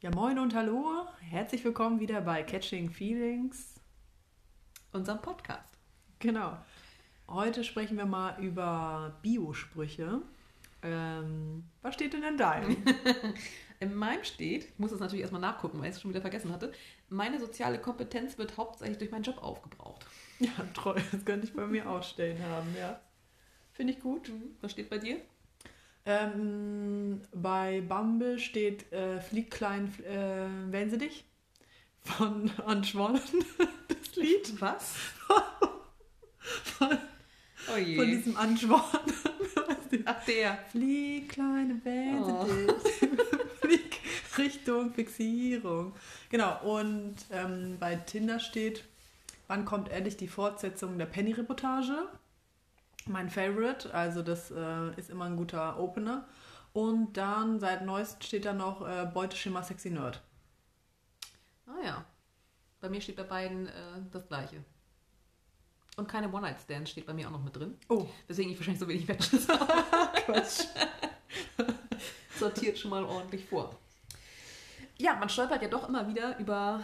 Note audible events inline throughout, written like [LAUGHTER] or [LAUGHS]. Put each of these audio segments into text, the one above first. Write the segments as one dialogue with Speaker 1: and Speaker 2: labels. Speaker 1: Ja, moin und hallo. Herzlich willkommen wieder bei Catching Feelings,
Speaker 2: unserem Podcast.
Speaker 1: Genau. Heute sprechen wir mal über Biosprüche. Ähm, was steht denn in deinem?
Speaker 2: In meinem steht, ich muss das natürlich erstmal nachgucken, weil ich es schon wieder vergessen hatte, meine soziale Kompetenz wird hauptsächlich durch meinen Job aufgebraucht.
Speaker 1: ja, treu. Das könnte ich bei mir auch stehen haben, ja.
Speaker 2: Finde ich gut. Mhm. Was steht bei dir?
Speaker 1: Ähm, bei Bumble steht äh, Flieg klein, äh, wählen Sie dich? Von Anschwollen, [LAUGHS] das Lied. [LAUGHS]
Speaker 2: Was? oh je.
Speaker 1: Von diesem Anschwollen.
Speaker 2: Ach, der.
Speaker 1: Flieg, kleine Welt,
Speaker 2: Oh.
Speaker 1: [LAUGHS] Flieg, Richtung, Fixierung. Genau, und ähm, bei Tinder steht, wann kommt endlich die Fortsetzung der Penny-Reportage? Mein Favorite, also das äh, ist immer ein guter Opener. Und dann seit neuest steht da noch äh, Beuteschema Sexy Nerd.
Speaker 2: Ah ja. Bei mir steht bei beiden äh, das Gleiche. Und keine One-Night-Stand steht bei mir auch noch mit drin.
Speaker 1: Oh,
Speaker 2: Deswegen ich wahrscheinlich so wenig Matches habe.
Speaker 1: Quatsch.
Speaker 2: Sortiert schon mal ordentlich vor. Ja, man stolpert ja doch immer wieder über,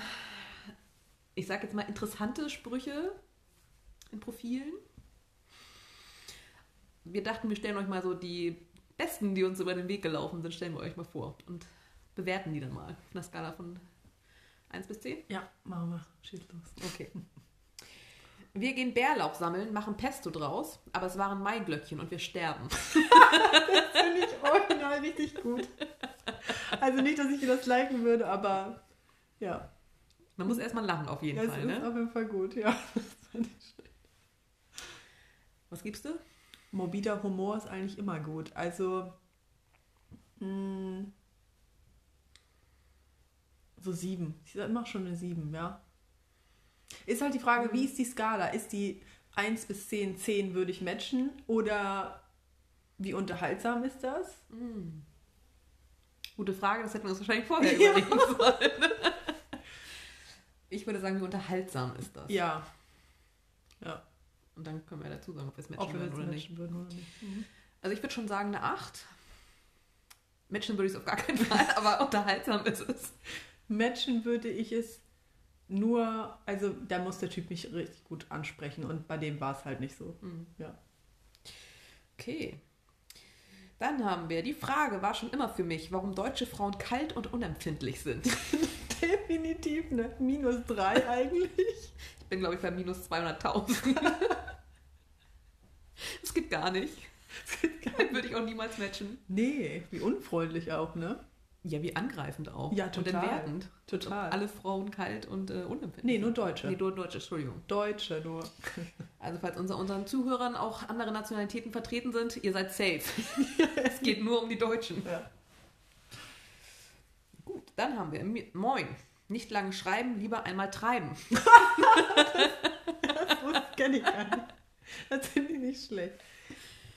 Speaker 2: ich sag jetzt mal, interessante Sprüche in Profilen. Wir dachten, wir stellen euch mal so die besten, die uns über den Weg gelaufen sind, stellen wir euch mal vor und bewerten die dann mal auf einer Skala von 1 bis 10.
Speaker 1: [LAUGHS] Ja, machen wir. Schieß los.
Speaker 2: Okay. [LAUGHS] Wir gehen Bärlauch sammeln, machen Pesto draus, aber es waren Maiglöckchen und wir sterben.
Speaker 1: Finde ich original richtig gut. Also nicht, dass ich dir das liken würde, aber ja.
Speaker 2: Man muss erstmal lachen auf jeden
Speaker 1: Das
Speaker 2: Fall,
Speaker 1: ist
Speaker 2: ne?
Speaker 1: auf jeden Fall gut, ja.
Speaker 2: Was gibst du?
Speaker 1: Morbider Humor ist eigentlich immer gut. Also mh, so sieben. Ich sag- mach schon eine sieben, ja. Ist halt die Frage, wie ist die Skala? Ist die 1 bis 10, 10 würde ich matchen? Oder wie unterhaltsam ist das?
Speaker 2: Gute Frage, das hätten wir uns wahrscheinlich [LAUGHS] vorher
Speaker 1: Ja.
Speaker 2: überlegen sollen. Ich würde sagen, wie unterhaltsam ist das?
Speaker 1: Ja. Ja,
Speaker 2: Und dann können wir dazu sagen, ob wir es
Speaker 1: ob
Speaker 2: matchen
Speaker 1: wir
Speaker 2: würden
Speaker 1: jetzt
Speaker 2: oder nicht.
Speaker 1: matchen würden oder nicht. Mhm.
Speaker 2: Also ich würde schon sagen, eine 8. Matchen würde ich es auf gar keinen Fall, [LAUGHS] aber unterhaltsam ist es.
Speaker 1: matchen würde ich es nur, also da muss der Typ mich richtig gut ansprechen und bei dem war es halt nicht so. [LAUGHS] Ja.
Speaker 2: Okay. Dann haben wir, die Frage war schon immer für mich, warum deutsche Frauen kalt und unempfindlich sind.
Speaker 1: Definitiv, ne? Minus drei
Speaker 2: [LAUGHS]
Speaker 1: eigentlich.
Speaker 2: Ich bin, glaube ich, bei minus 200.000. [LAUGHS] das geht gar nicht. Würde ich auch niemals matchen.
Speaker 1: Nee, wie unfreundlich auch, ne?
Speaker 2: Ja, wie angreifend auch.
Speaker 1: Ja,
Speaker 2: Und
Speaker 1: total.
Speaker 2: entwertend.
Speaker 1: Total.
Speaker 2: Alle Frauen kalt und äh, unempfindlich.
Speaker 1: Nee,
Speaker 2: sind.
Speaker 1: nur Deutsche.
Speaker 2: Nee, nur Deutsche, Entschuldigung.
Speaker 1: Deutsche nur.
Speaker 2: Also falls unter unseren Zuhörern auch andere Nationalitäten vertreten sind, ihr seid safe. [LAUGHS] es geht nur um die Deutschen.
Speaker 1: Ja.
Speaker 2: Gut, dann haben wir Mi- Moin. Nicht lange schreiben, lieber einmal treiben.
Speaker 1: Das kenne ich gar nicht. Das finde ich nicht schlecht.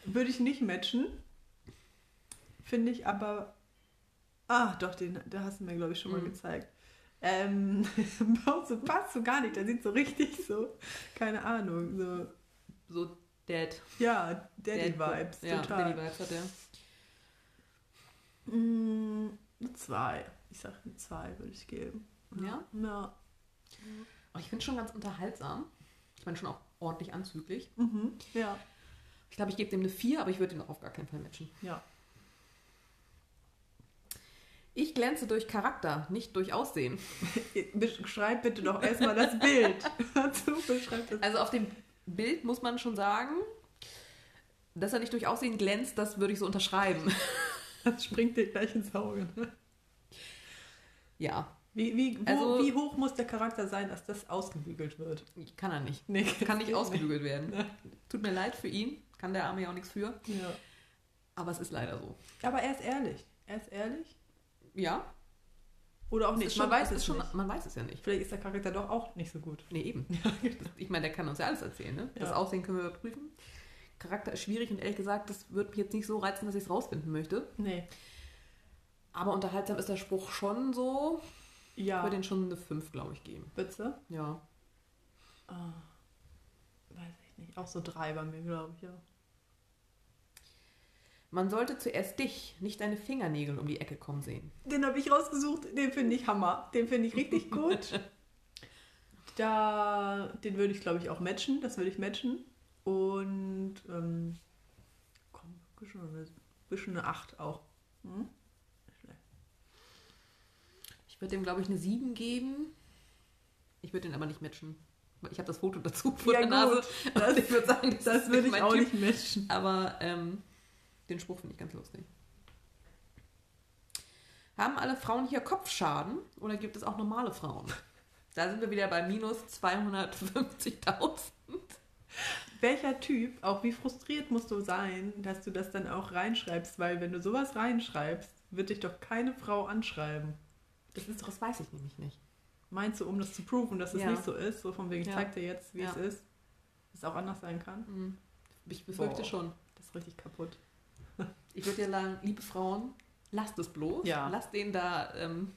Speaker 1: Würde ich nicht matchen. Finde ich aber. Ah, doch, den, den hast du mir, glaube ich, schon mal
Speaker 2: Mhm.
Speaker 1: gezeigt. Ähm, [LAUGHS] so passt so gar nicht. Der sieht so richtig so, keine Ahnung, so
Speaker 2: So dead.
Speaker 1: Ja, Daddy-Vibes,
Speaker 2: ja,
Speaker 1: total.
Speaker 2: Daddy Vibes hat er.
Speaker 1: Mm, eine zwei. Ich sag eine zwei würde ich geben.
Speaker 2: Ja?
Speaker 1: Ja.
Speaker 2: Aber ich finde schon ganz unterhaltsam. Ich meine schon auch ordentlich anzüglich.
Speaker 1: Mhm. Ja.
Speaker 2: Ich glaube, ich gebe dem eine 4, aber ich würde ihn auch auf gar keinen Fall matchen.
Speaker 1: Ja.
Speaker 2: Ich glänze durch Charakter, nicht durch Aussehen.
Speaker 1: Beschreib bitte doch erstmal das
Speaker 2: [LAUGHS]
Speaker 1: Bild. Dazu beschreib das.
Speaker 2: Also auf dem Bild muss man schon sagen, dass er nicht durch Aussehen glänzt, das würde ich so unterschreiben. [LAUGHS]
Speaker 1: Das springt dir gleich ins Auge. ne?
Speaker 2: Ja,
Speaker 1: Wie, wie, wo,
Speaker 2: Also-
Speaker 1: wie hoch muss der Charakter sein, dass das ausgebügelt wird?
Speaker 2: kann er nicht.
Speaker 1: Nee,
Speaker 2: Kann nicht
Speaker 1: [LAUGHS]
Speaker 2: ausgebügelt werden. Tut mir leid für ihn, kann der Arme ja auch nichts für,
Speaker 1: Ja.
Speaker 2: aber es ist leider so.
Speaker 1: Aber er ist ehrlich. Er ist ehrlich.
Speaker 2: Ja,
Speaker 1: Oder auch
Speaker 2: es
Speaker 1: nicht.
Speaker 2: ist schon,
Speaker 1: man weiß
Speaker 2: es
Speaker 1: es
Speaker 2: ist schon,
Speaker 1: nicht.
Speaker 2: man Also weiß es ja nicht.
Speaker 1: Vielleicht ist der Charakter doch auch nicht so gut. [LAUGHS]
Speaker 2: Nee, eben. Das- Ich meine, der kann uns ja alles erzählen. Ne? Das
Speaker 1: Ja.
Speaker 2: Aussehen können wir überprüfen. Charakter ist schwierig und ehrlich gesagt, das wird mich jetzt nicht so reizen, dass ich es rausfinden möchte.
Speaker 1: Nee.
Speaker 2: Aber unterhaltsam ist der Spruch schon so. Ich
Speaker 1: Ja.
Speaker 2: würde den schon eine 5, glaube ich, geben.
Speaker 1: Bitte?
Speaker 2: Ja,
Speaker 1: Ah, weiß ich nicht. Auch so drei bei mir, glaube ich, ja.
Speaker 2: Man sollte zuerst dich, nicht deine Fingernägel um die Ecke kommen sehen.
Speaker 1: Den habe ich rausgesucht, den finde ich Hammer. Den finde ich
Speaker 2: [LAUGHS]
Speaker 1: richtig gut. da, den würde ich, glaube ich, auch matchen. Das würde ich matchen. Und ähm, komm, bisschen eine, bisschen eine 8 auch. Hm?
Speaker 2: Ich würde dem, glaube ich, eine 7 geben. Ich würde den aber nicht matchen. Ich habe das Foto dazu vor
Speaker 1: Ja,
Speaker 2: der Nase.
Speaker 1: gut.
Speaker 2: Und [LAUGHS] ich würde sagen, das,
Speaker 1: Das
Speaker 2: ist
Speaker 1: würde ich
Speaker 2: mein
Speaker 1: auch nicht
Speaker 2: Typ.
Speaker 1: matchen.
Speaker 2: Aber ähm, den Spruch finde ich ganz lustig. Haben alle Frauen hier Kopfschaden oder gibt es auch normale [LAUGHS] Frauen? Da sind wir wieder bei minus 250.000.
Speaker 1: Welcher Typ, auch wie frustriert musst du sein, dass du das dann auch reinschreibst, weil wenn du sowas reinschreibst, wird dich doch keine Frau anschreiben.
Speaker 2: Das, ist, das weiß ich nämlich nicht.
Speaker 1: Meinst du, um das zu proven, dass es
Speaker 2: Ja.
Speaker 1: nicht so ist? So von wegen, ich
Speaker 2: Ja.
Speaker 1: zeig dir jetzt, wie
Speaker 2: Ja.
Speaker 1: es ist. Dass es auch anders sein kann.
Speaker 2: Hm. Ich befürchte
Speaker 1: Boah.
Speaker 2: schon.
Speaker 1: Das ist richtig kaputt.
Speaker 2: Ich würde ja sagen, liebe Frauen, lasst es bloß.
Speaker 1: Ja.
Speaker 2: Lasst den da ähm,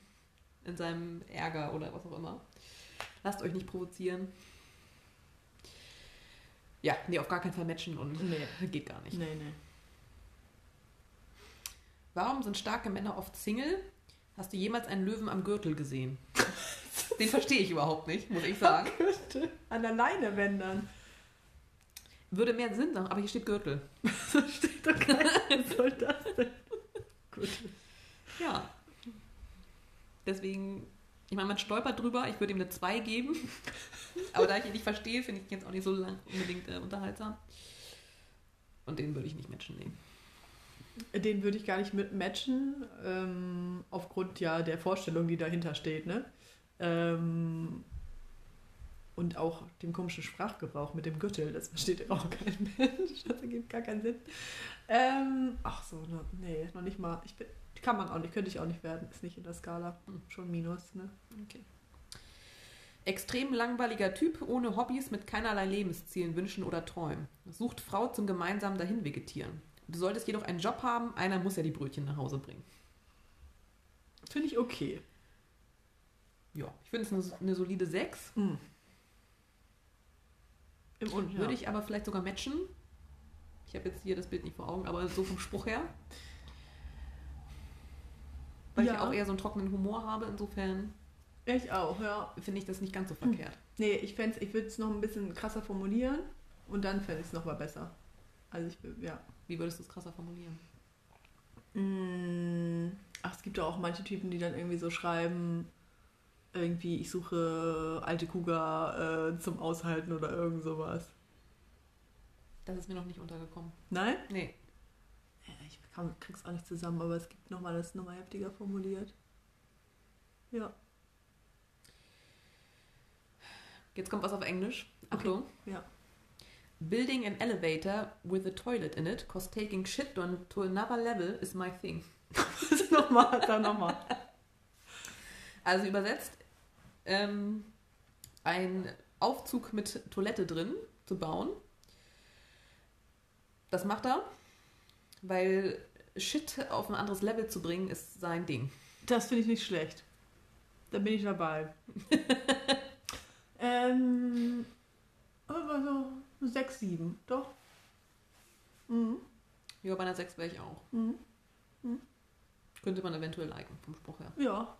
Speaker 2: in seinem Ärger oder was auch immer. Lasst euch nicht provozieren. Ja, nee, auf gar keinen Fall matchen und [LAUGHS]
Speaker 1: Nee.
Speaker 2: geht gar nicht.
Speaker 1: Nee, nee.
Speaker 2: Warum sind starke Männer oft Single? Hast du jemals einen Löwen am Gürtel gesehen? Den verstehe ich überhaupt nicht, muss ich sagen.
Speaker 1: An der Leine, wenn [LAUGHS] dann.
Speaker 2: Würde mehr Sinn machen, aber hier steht Gürtel.
Speaker 1: So steht doch kein was soll das denn? Gut.
Speaker 2: Ja. Deswegen, ich meine, man stolpert drüber, ich würde ihm eine 2 geben. [LAUGHS] Aber da ich ihn nicht verstehe, finde ich ihn jetzt auch nicht so lang unbedingt äh, unterhaltsam. Und den würde ich nicht matchen nehmen.
Speaker 1: Den würde ich gar nicht mit matchen, ähm, aufgrund ja der Vorstellung, die dahinter steht, ne? Ähm, und auch dem komischen Sprachgebrauch mit dem Gürtel, das versteht auch kein [LAUGHS] Mensch. Das ergibt gar keinen Sinn. Ähm, ach so, ne, nee, noch nicht mal. Ich bin, kann man auch nicht, könnte ich auch nicht werden. Ist nicht in der Skala. Schon Minus, ne?
Speaker 2: Extrem langweiliger Typ, ohne Hobbys, mit keinerlei Lebenszielen, Wünschen oder Träumen. Sucht Frau zum gemeinsamen Dahinvegetieren. Du solltest jedoch einen Job haben, einer muss ja die Brötchen nach Hause bringen.
Speaker 1: Finde ich okay.
Speaker 2: Ja, ich finde es eine, eine solide 6.
Speaker 1: Hm. Im Und, ja.
Speaker 2: Würde ich aber vielleicht sogar matchen. Ich habe jetzt hier das Bild nicht vor Augen, aber so vom Spruch her. Weil ich
Speaker 1: Ja.
Speaker 2: auch eher so einen trockenen Humor habe, insofern
Speaker 1: ich auch, ja.
Speaker 2: finde ich das nicht ganz so
Speaker 1: Hm.
Speaker 2: verkehrt.
Speaker 1: Nee, ich, fänd's- ich würde es noch ein bisschen krasser formulieren und dann fände ich es nochmal besser. Also ich, wür- ja.
Speaker 2: Wie würdest du es krasser formulieren?
Speaker 1: Mm, Ach, es gibt ja auch manche Typen, die dann irgendwie so schreiben, irgendwie, ich suche alte Kuga äh, zum Aushalten oder irgend sowas.
Speaker 2: Das ist mir noch nicht untergekommen.
Speaker 1: Nein?
Speaker 2: Nee.
Speaker 1: Ja, Ich kann, krieg's auch nicht zusammen, aber es gibt nochmal das ist nochmal heftiger formuliert. Ja, [LAUGHS]
Speaker 2: Jetzt kommt was auf Englisch. Achtung.
Speaker 1: ja.
Speaker 2: Building an elevator with a toilet in it, cause taking shit on to another level is my thing.
Speaker 1: nochmal, dann nochmal.
Speaker 2: Also übersetzt, ähm, ein Aufzug mit Toilette drin zu bauen. Das macht er, weil Shit auf ein anderes Level zu bringen, ist sein Ding.
Speaker 1: Das finde ich nicht schlecht. Da bin ich
Speaker 2: [LAUGHS]
Speaker 1: dabei. ähm, aber so 6, 7, doch. Mhm.
Speaker 2: Ja, bei einer 6 wäre ich auch.
Speaker 1: Mhm.
Speaker 2: Könnte man eventuell liken, vom Spruch her.
Speaker 1: Ja.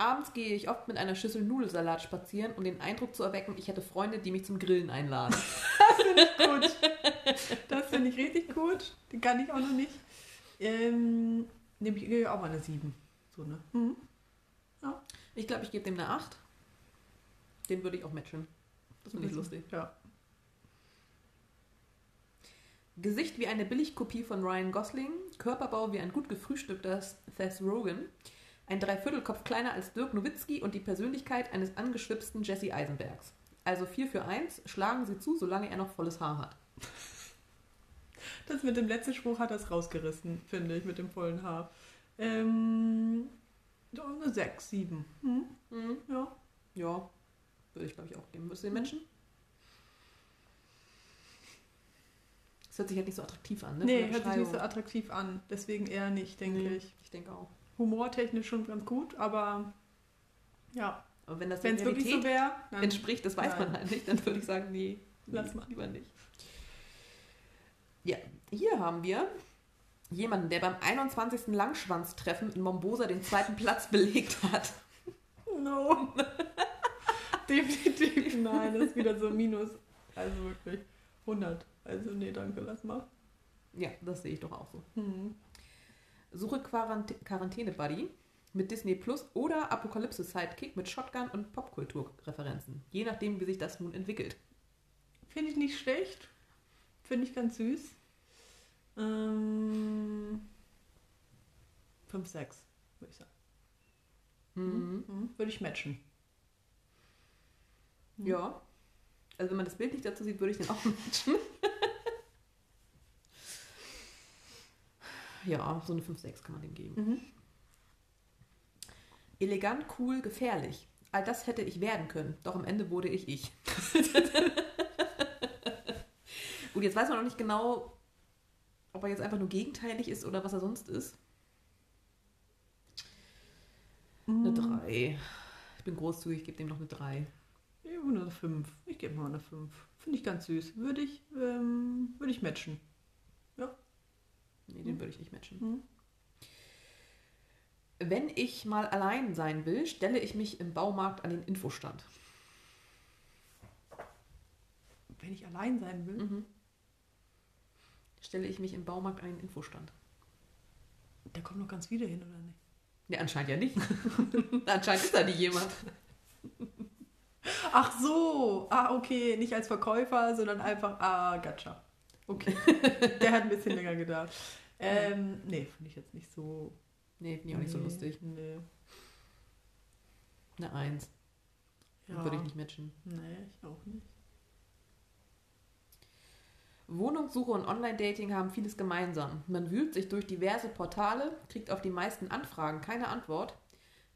Speaker 2: Abends gehe ich oft mit einer Schüssel Nudelsalat spazieren, um den Eindruck zu erwecken, ich hätte Freunde, die mich zum Grillen einladen.
Speaker 1: Gut. Das finde ich richtig gut. Den kann ich auch noch nicht. Ähm, Nehme ich ihr auch mal eine 7. So, ne? Mhm.
Speaker 2: Ich glaube, ich gebe dem eine 8. Den würde ich auch matchen. Das finde ich lustig.
Speaker 1: Mhm. Ja.
Speaker 2: Gesicht wie eine Billigkopie von Ryan Gosling, Körperbau wie ein gut gefrühstückter Seth Rogen, ein Dreiviertelkopf kleiner als Dirk Nowitzki und die Persönlichkeit eines angeschwipsten Jesse Eisenbergs. Also 4 für 1, schlagen Sie zu, solange er noch volles Haar hat.
Speaker 1: Das mit dem letzten Spruch hat das rausgerissen, finde ich, mit dem vollen Haar. Ähm, so eine 6, 7. Mhm. Mhm. Ja.
Speaker 2: Ja, würde ich glaube ich auch geben. Würdest du den Menschen? Das hört sich halt nicht so attraktiv an, ne? von
Speaker 1: Nee,
Speaker 2: der
Speaker 1: hört sich nicht so
Speaker 2: Beschreibung.
Speaker 1: attraktiv an. Deswegen eher nicht, denke
Speaker 2: Nee,
Speaker 1: ich.
Speaker 2: Ich denke auch.
Speaker 1: Humortechnisch schon ganz gut, aber ja,
Speaker 2: Aber wenn das
Speaker 1: wenn es
Speaker 2: der
Speaker 1: wirklich so
Speaker 2: Also Realität
Speaker 1: wäre, dann
Speaker 2: entspricht, das weiß
Speaker 1: Nein.
Speaker 2: man halt nicht, dann würde ich sagen, nee,
Speaker 1: Lass
Speaker 2: nee,
Speaker 1: mal.
Speaker 2: lieber nicht. Ja, hier haben wir jemanden, der beim 21. Langschwanztreffen in Mombosa den zweiten Platz [LAUGHS] belegt hat.
Speaker 1: No. [LAUGHS] Definitiv nein, das ist wieder so Minus. Also wirklich 100. Also nee, danke, lass mal.
Speaker 2: Ja, das sehe ich doch auch so.
Speaker 1: Hm.
Speaker 2: Suche Quarant Quarantäne-Buddy mit Disney Plus oder Apokalypse Sidekick mit Shotgun und Popkulturreferenzen. Je nachdem, wie sich das nun entwickelt.
Speaker 1: Finde ich nicht schlecht. Finde ich ganz süß. Ähm, 5, 6, würde ich sagen.
Speaker 2: Mhm.
Speaker 1: Mhm. Würde ich matchen.
Speaker 2: Ja. Also wenn man das Bild nicht dazu sieht, würde ich den auch matchen. [LAUGHS] ja, so eine 5-6 kann man dem geben.
Speaker 1: Mhm.
Speaker 2: Elegant, cool, gefährlich. All das hätte ich werden können, doch am Ende wurde ich ich. [LAUGHS] Gut, jetzt weiß man noch nicht genau, ob er jetzt einfach nur gegenteilig ist oder was er sonst ist.
Speaker 1: Mhm.
Speaker 2: Eine 3. Ich bin großzügig, gebe dem noch eine 3.
Speaker 1: Ja, eine 5. Ich gebe mal eine 5. Finde ich ganz süß. Würde ich, ähm, würde ich matchen.
Speaker 2: Nee, den würde ich nicht matchen.
Speaker 1: Mhm.
Speaker 2: Wenn ich mal allein sein will, stelle ich mich im Baumarkt an den Infostand.
Speaker 1: Wenn ich allein sein will.
Speaker 2: Mhm. Stelle ich mich im Baumarkt an den Infostand. Hm.
Speaker 1: Da kommen noch ganz viele hin, oder nicht?
Speaker 2: Ne, anscheinend
Speaker 1: [LAUGHS]
Speaker 2: ja nicht. anscheinend ist da nicht jemand.
Speaker 1: Ach so. Ah, okay. Nicht als Verkäufer, sondern einfach, ah, Gatscha.
Speaker 2: [LAUGHS]
Speaker 1: Okay. Der hat ein bisschen länger gedauert. Ähm, nee, finde ich jetzt nicht so.
Speaker 2: Nee, finde ich auch nicht so
Speaker 1: nee,
Speaker 2: lustig.
Speaker 1: Nee.
Speaker 2: Eine Eins.
Speaker 1: Ja.
Speaker 2: Würde ich nicht matchen.
Speaker 1: Nee, ich auch nicht.
Speaker 2: Wohnungssuche und Online-Dating haben vieles gemeinsam. Man wühlt sich durch diverse Portale, kriegt auf die meisten Anfragen keine Antwort.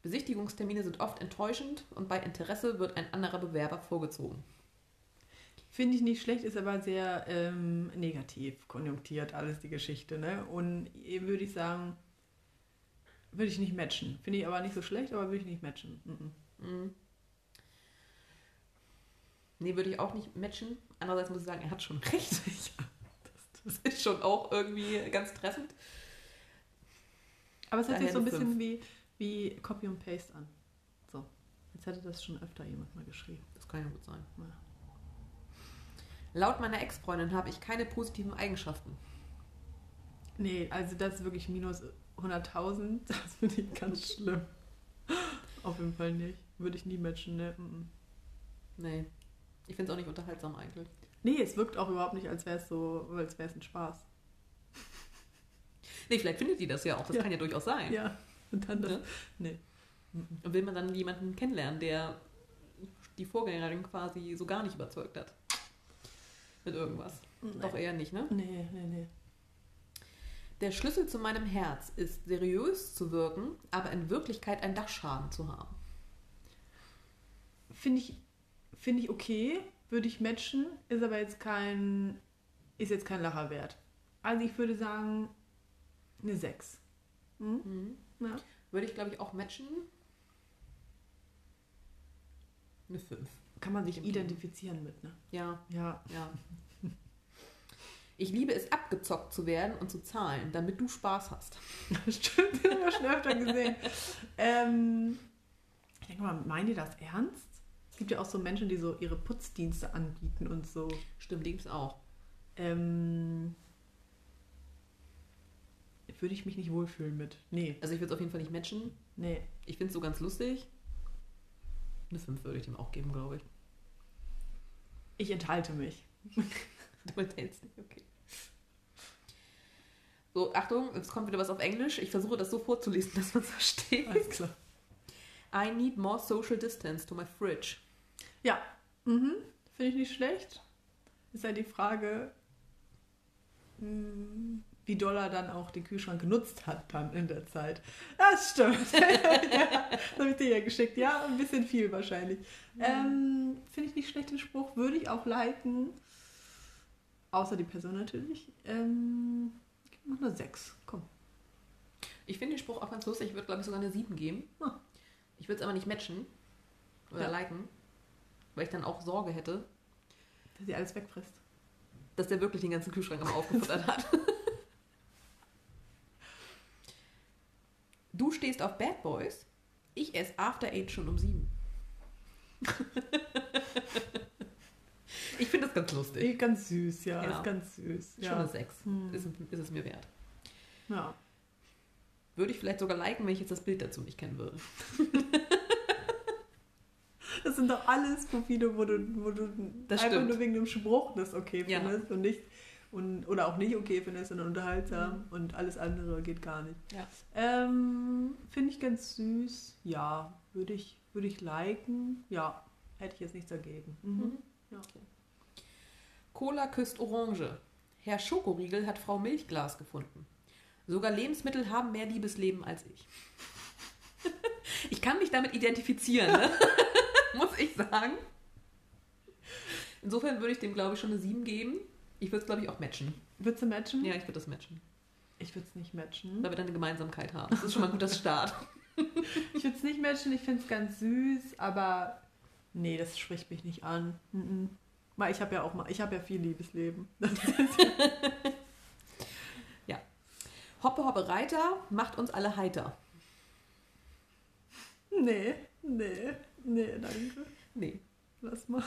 Speaker 2: Besichtigungstermine sind oft enttäuschend und bei Interesse wird ein anderer Bewerber vorgezogen.
Speaker 1: Finde ich nicht schlecht, ist aber sehr ähm, negativ konjunktiert, alles die Geschichte. Ne? Und eben würde ich sagen, würde ich nicht matchen. Finde ich aber nicht so schlecht, aber würde ich nicht matchen. Mhm.
Speaker 2: Mhm. Nee, würde ich auch nicht matchen. Andererseits muss ich sagen, er hat schon [LAUGHS] recht. Ja, das, das ist schon auch irgendwie ganz treffend.
Speaker 1: Aber es hört
Speaker 2: Daher
Speaker 1: sich so ein
Speaker 2: eine
Speaker 1: bisschen wie, wie Copy und Paste an. So, jetzt hätte das schon öfter jemand mal geschrieben.
Speaker 2: Das kann ja gut sein.
Speaker 1: Ja.
Speaker 2: Laut meiner Ex-Freundin habe ich keine positiven Eigenschaften.
Speaker 1: Nee, also das ist wirklich minus 100.000. [LAUGHS] Das finde ich ganz schlimm. Auf jeden Fall nicht. Würde ich nie matchen, ne? Mhm.
Speaker 2: Nee. Ich finde es auch nicht unterhaltsam eigentlich.
Speaker 1: Nee, es wirkt auch überhaupt nicht, als wäre es so, als wäre es ein Spaß.
Speaker 2: Nee, vielleicht findet die das ja auch. Das
Speaker 1: Ja.
Speaker 2: kann ja durchaus sein.
Speaker 1: Ja, Mhm. und dann das.
Speaker 2: Ne?
Speaker 1: Nee.
Speaker 2: Und will man dann jemanden kennenlernen, der die Vorgängerin quasi so gar nicht überzeugt hat. Mit irgendwas. Doch eher nicht, ne?
Speaker 1: Nee, nee, nee.
Speaker 2: Der Schlüssel zu meinem Herz ist, seriös zu wirken, aber in Wirklichkeit einen Dachschaden zu haben.
Speaker 1: Finde ich, find ich okay, würde ich matchen, ist aber jetzt kein, ist jetzt kein Lacher wert. Also ich würde sagen, eine 6. Hm? Ja.
Speaker 2: Würde ich, glaube ich, auch matchen. Eine 5.
Speaker 1: Kann man sich
Speaker 2: Okay.
Speaker 1: identifizieren mit, ne?
Speaker 2: Ja,
Speaker 1: Ja. [LAUGHS]
Speaker 2: ja. Ich liebe es, abgezockt zu werden und zu zahlen, damit du Spaß hast.
Speaker 1: Stimmt, den haben wir schon öfter gesehen. ähm, ich denke mal, meinen die das ernst? Es gibt ja auch so Menschen, die so ihre Putzdienste anbieten und so.
Speaker 2: Stimmt, links auch.
Speaker 1: Ähm, würde ich mich nicht wohlfühlen mit. Nee,
Speaker 2: Also ich würde es auf jeden Fall nicht matchen.
Speaker 1: nee.
Speaker 2: Ich finde es so ganz lustig. Eine 5 würde ich dem auch geben, glaube ich.
Speaker 1: Ich enthalte mich.
Speaker 2: [LAUGHS] Du enthältst nicht, okay. So, Achtung, es kommt wieder was auf Englisch. Ich versuche das so vorzulesen, [LAUGHS] dass man es
Speaker 1: [LAUGHS]
Speaker 2: versteht.
Speaker 1: Alles klar.
Speaker 2: I need more social distance to my fridge.
Speaker 1: Ja, mhm. finde ich nicht schlecht. Ist halt die Frage, mh, wie doll er dann auch den Kühlschrank genutzt hat dann in der Zeit. Das stimmt. [LAUGHS] ja, das habe ich dir ja geschickt. Ja, ein bisschen viel wahrscheinlich. Ähm, finde ich nicht schlecht den Spruch. Würde ich auch liken. Außer die Person natürlich. Ähm, gib mir noch eine 6. Komm.
Speaker 2: Ich finde den Spruch auch ganz lustig. Ich würde, glaube ich, sogar eine 7 geben.
Speaker 1: Ah.
Speaker 2: Ich würde es aber nicht matchen oder
Speaker 1: Ja.
Speaker 2: liken, weil ich dann auch Sorge hätte.
Speaker 1: Dass sie alles wegfrisst.
Speaker 2: dass der wirklich den ganzen Kühlschrank immer aufgefuttert hat. Du stehst auf Bad Boys, ich esse After Eight schon um sieben. ich finde das ganz lustig.
Speaker 1: Eh, Ganz süß, ja.
Speaker 2: Ja.
Speaker 1: Ist ganz süß.
Speaker 2: Schon eine
Speaker 1: Ja.
Speaker 2: 6.
Speaker 1: Hm.
Speaker 2: Ist, ist es mir wert.
Speaker 1: ja.
Speaker 2: Würde ich vielleicht sogar liken, wenn ich jetzt das Bild dazu nicht kennen würde.
Speaker 1: Das sind doch alles Profile, wo du, wo du
Speaker 2: Das
Speaker 1: einfach
Speaker 2: stimmt.
Speaker 1: nur wegen dem Spruch das okay
Speaker 2: Ja.
Speaker 1: findest und nicht und, oder auch nicht okay findest, sondern
Speaker 2: Mhm.
Speaker 1: unterhaltsam und alles andere geht gar nicht.
Speaker 2: Ja.
Speaker 1: Ähm, Finde ich ganz süß. Ja, würde ich, würde ich liken. Ja, hätte ich jetzt nichts dagegen. Mhm. Ja.
Speaker 2: Okay. Cola küsst Orange. Herr Schokoriegel hat Frau Milchglas gefunden. Sogar Lebensmittel haben mehr Liebesleben als ich. [LAUGHS] Ich kann mich damit identifizieren, ne? [LAUGHS] muss ich sagen. Insofern würde ich dem, glaube ich, schon eine 7 geben. Ich würde es, glaube ich, auch matchen.
Speaker 1: Würdest du matchen?
Speaker 2: Ja, ich würde das matchen.
Speaker 1: Ich würde es nicht matchen.
Speaker 2: Weil wir dann eine Gemeinsamkeit haben. Das ist schon mal ein guter Start.
Speaker 1: Ich würde es nicht matchen, ich finde es ganz süß, aber nee, das spricht mich nicht an. Mhm. Weil ich habe ja auch mal, ich habe ja viel Liebesleben.
Speaker 2: [LAUGHS]
Speaker 1: [LAUGHS]
Speaker 2: Hoppe, hoppe, Reiter macht uns alle heiter.
Speaker 1: Nee, nee, nee, danke.
Speaker 2: Nee,
Speaker 1: Lass mal.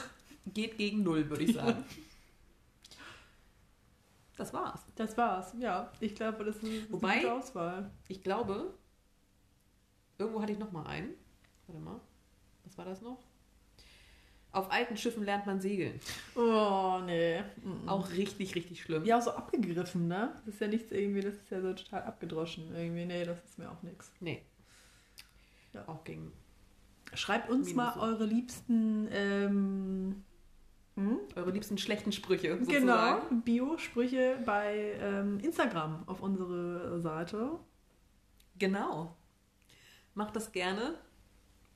Speaker 2: geht gegen Null, würde ich [LAUGHS] sagen. Das war's.
Speaker 1: Das war's, ja. Ich glaube, das ist eine
Speaker 2: Wobei-
Speaker 1: gute Auswahl.
Speaker 2: Ich glaube, irgendwo hatte ich noch mal einen. Warte mal. Was war das noch? Auf alten Schiffen lernt man segeln.
Speaker 1: Oh, nee. Auch
Speaker 2: Auch richtig, richtig schlimm.
Speaker 1: Mhm. ja, auch so abgegriffen, ne? Das ist ja nichts irgendwie, das ist ja so total abgedroschen irgendwie. Nee, das ist mir auch nichts.
Speaker 2: Nee.
Speaker 1: Ja.
Speaker 2: Auch gegen.
Speaker 1: Schreibt uns
Speaker 2: Minus
Speaker 1: mal
Speaker 2: so.
Speaker 1: eure liebsten, ähm, hm?
Speaker 2: Eure liebsten schlechten Sprüche. Sozusagen.
Speaker 1: genau, Bio-Sprüche bei ähm, Instagram auf unsere Seite.
Speaker 2: Genau. Macht das gerne.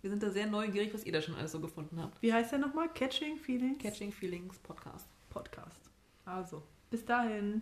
Speaker 2: Wir sind da sehr neugierig, was ihr da schon alles so gefunden habt.
Speaker 1: Wie heißt der nochmal? Catching Feelings
Speaker 2: Catching Feelings Podcast.
Speaker 1: Podcast. Also, bis dahin.